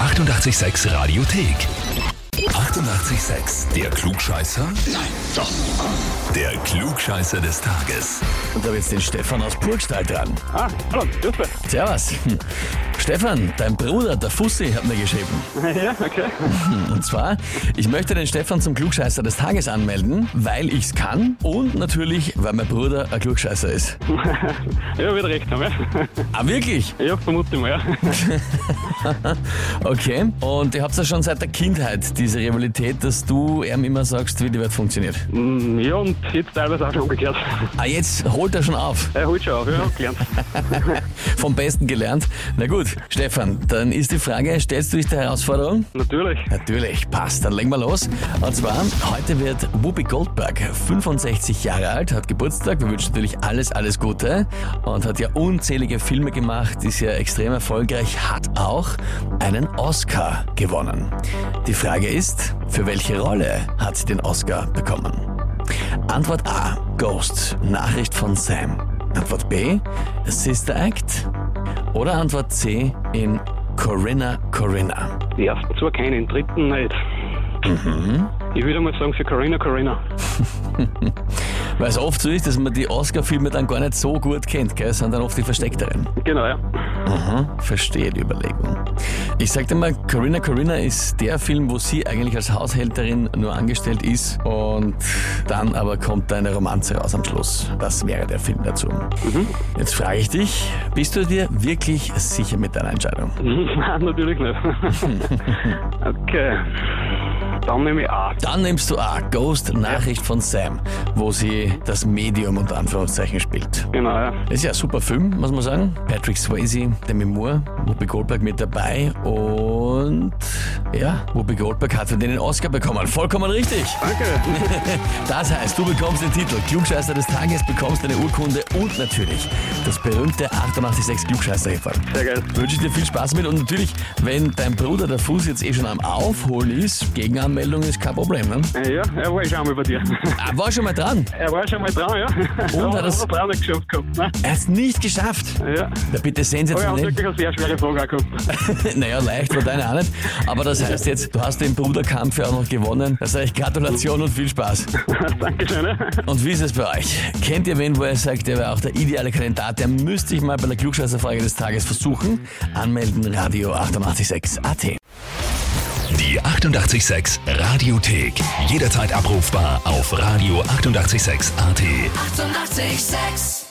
886 Radiothek. 88,6. Der Klugscheißer? Nein, doch. Der Klugscheißer des Tages. Und da habe jetzt den Stefan aus Burgstall dran. Ah, hallo, grüß dich. Servus. Hm. Stefan, dein Bruder, der Fussi, hat mir geschrieben. Ja, okay. Und zwar, ich möchte den Stefan zum Klugscheißer des Tages anmelden, weil ich's kann und natürlich, weil mein Bruder ein Klugscheißer ist. ja, wird recht haben, ja. Ah, wirklich? Ja, vermute ich mal, ja. Okay. Und ihr habt ja schon seit der Kindheit diese Rivalität, dass du ihm immer sagst, wie die Welt funktioniert. Mm, Ja, und jetzt teilweise auch schon umgekehrt. Ah, jetzt holt er schon auf. Er holt schon auf, ja, hab gelernt. Vom Besten gelernt. Na gut, Stefan, dann ist die Frage, stellst du dich der Herausforderung? Natürlich. Natürlich, passt. Dann legen wir los. Und zwar, heute wird Whoopi Goldberg 65 Jahre alt, hat Geburtstag. Wir wünschen natürlich alles, alles Gute und hat ja unzählige Filme gemacht, ist ja extrem erfolgreich, hat auch einen Oscar gewonnen. Die Frage ist, für welche Rolle hat sie den Oscar bekommen? Antwort A, Ghost, Nachricht von Sam. Antwort B, Sister Act. Oder Antwort C, in Corinna Corinna. Die ersten zwei keine, den dritten nicht. Mhm. Ich würde mal sagen, für Corinna, Corinna. Weil es oft so ist, dass man die Oscar-Filme dann gar nicht so gut kennt, gell? Es sind dann oft die versteckteren. Genau, ja. Mhm, verstehe die Überlegung. Ich sagte mal, Corinna Corinna ist der Film, wo sie eigentlich als Haushälterin nur angestellt ist und dann aber kommt da eine Romanze raus am Schluss. Das wäre der Film dazu. Jetzt frage ich dich, bist du dir wirklich sicher mit deiner Entscheidung? Nein, natürlich nicht. okay. Dann nehme ich A. Dann nimmst du A, Ghost, Nachricht von Sam, wo sie das Medium unter Anführungszeichen spielt. Genau, ja. Ist ja ein super Film, muss man sagen. Patrick Swayze, Demi Moore, Whoopi Goldberg mit dabei und ja, Whoopi Goldberg hat für den den Oscar bekommen. Vollkommen richtig. Danke. Das heißt, du bekommst den Titel Klugscheißer des Tages, bekommst eine Urkunde und natürlich das berühmte 886 klugscheißer -Häferl. Sehr geil. Wünsche ich dir viel Spaß mit und natürlich, wenn dein Bruder der Fuß jetzt eh schon am Aufholen ist, Gegenanmeldung ist kein Problem. Ne? Äh, Ja, er war schon mal bei dir. Ah, War schon mal dran. Er war schon mal dran, ja. Und hat Aber es- hat er auch nicht geschafft gehabt. Ne? Er hat es nicht geschafft. Ja. Na bitte Aber er hat sensationell. wirklich eine sehr schwere Frage auch gehabt. Naja, leicht war deine auch nicht. Aber das heißt jetzt, du hast den Bruderkampf ja auch noch gewonnen. Da sage ich Gratulation und viel Spaß. Dankeschön, ja. Und wie ist es bei euch? Kennt ihr wen, wo ihr sagt, der wäre auch der ideale Kandidat? Der müsste ich mal bei der Klugscheißerfrage des Tages versuchen. Anmelden, Radio 886 AT. Die 88,6 Radiothek. Jederzeit abrufbar auf radio886.at. 88,6. Eighty-eight, sex.